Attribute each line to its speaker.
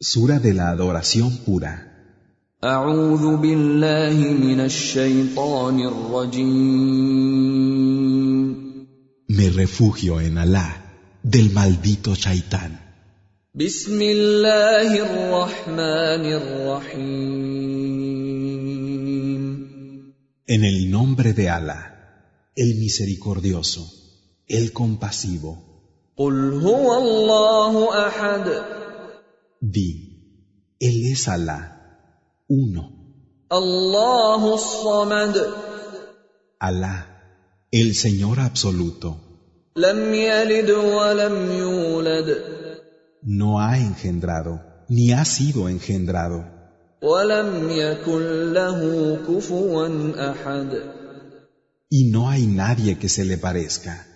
Speaker 1: Sura de la adoración pura.
Speaker 2: أعوذ بالله من الشيطان الرجيم
Speaker 1: Me refugio en Alá del maldito Chaitán.
Speaker 2: بسم الله الرحمن الرحيم
Speaker 1: En el nombre de Alá, el misericordioso, el compasivo.
Speaker 2: قل هو الله أحد
Speaker 1: Di, Él es Alá, uno,
Speaker 2: الله الصمد
Speaker 1: Alá, el Señor absoluto,
Speaker 2: لم يلد ولم يولد
Speaker 1: no ha engendrado, ni ha sido engendrado,
Speaker 2: ولم يكن له كفوا أحد
Speaker 1: y no hay nadie que se le parezca.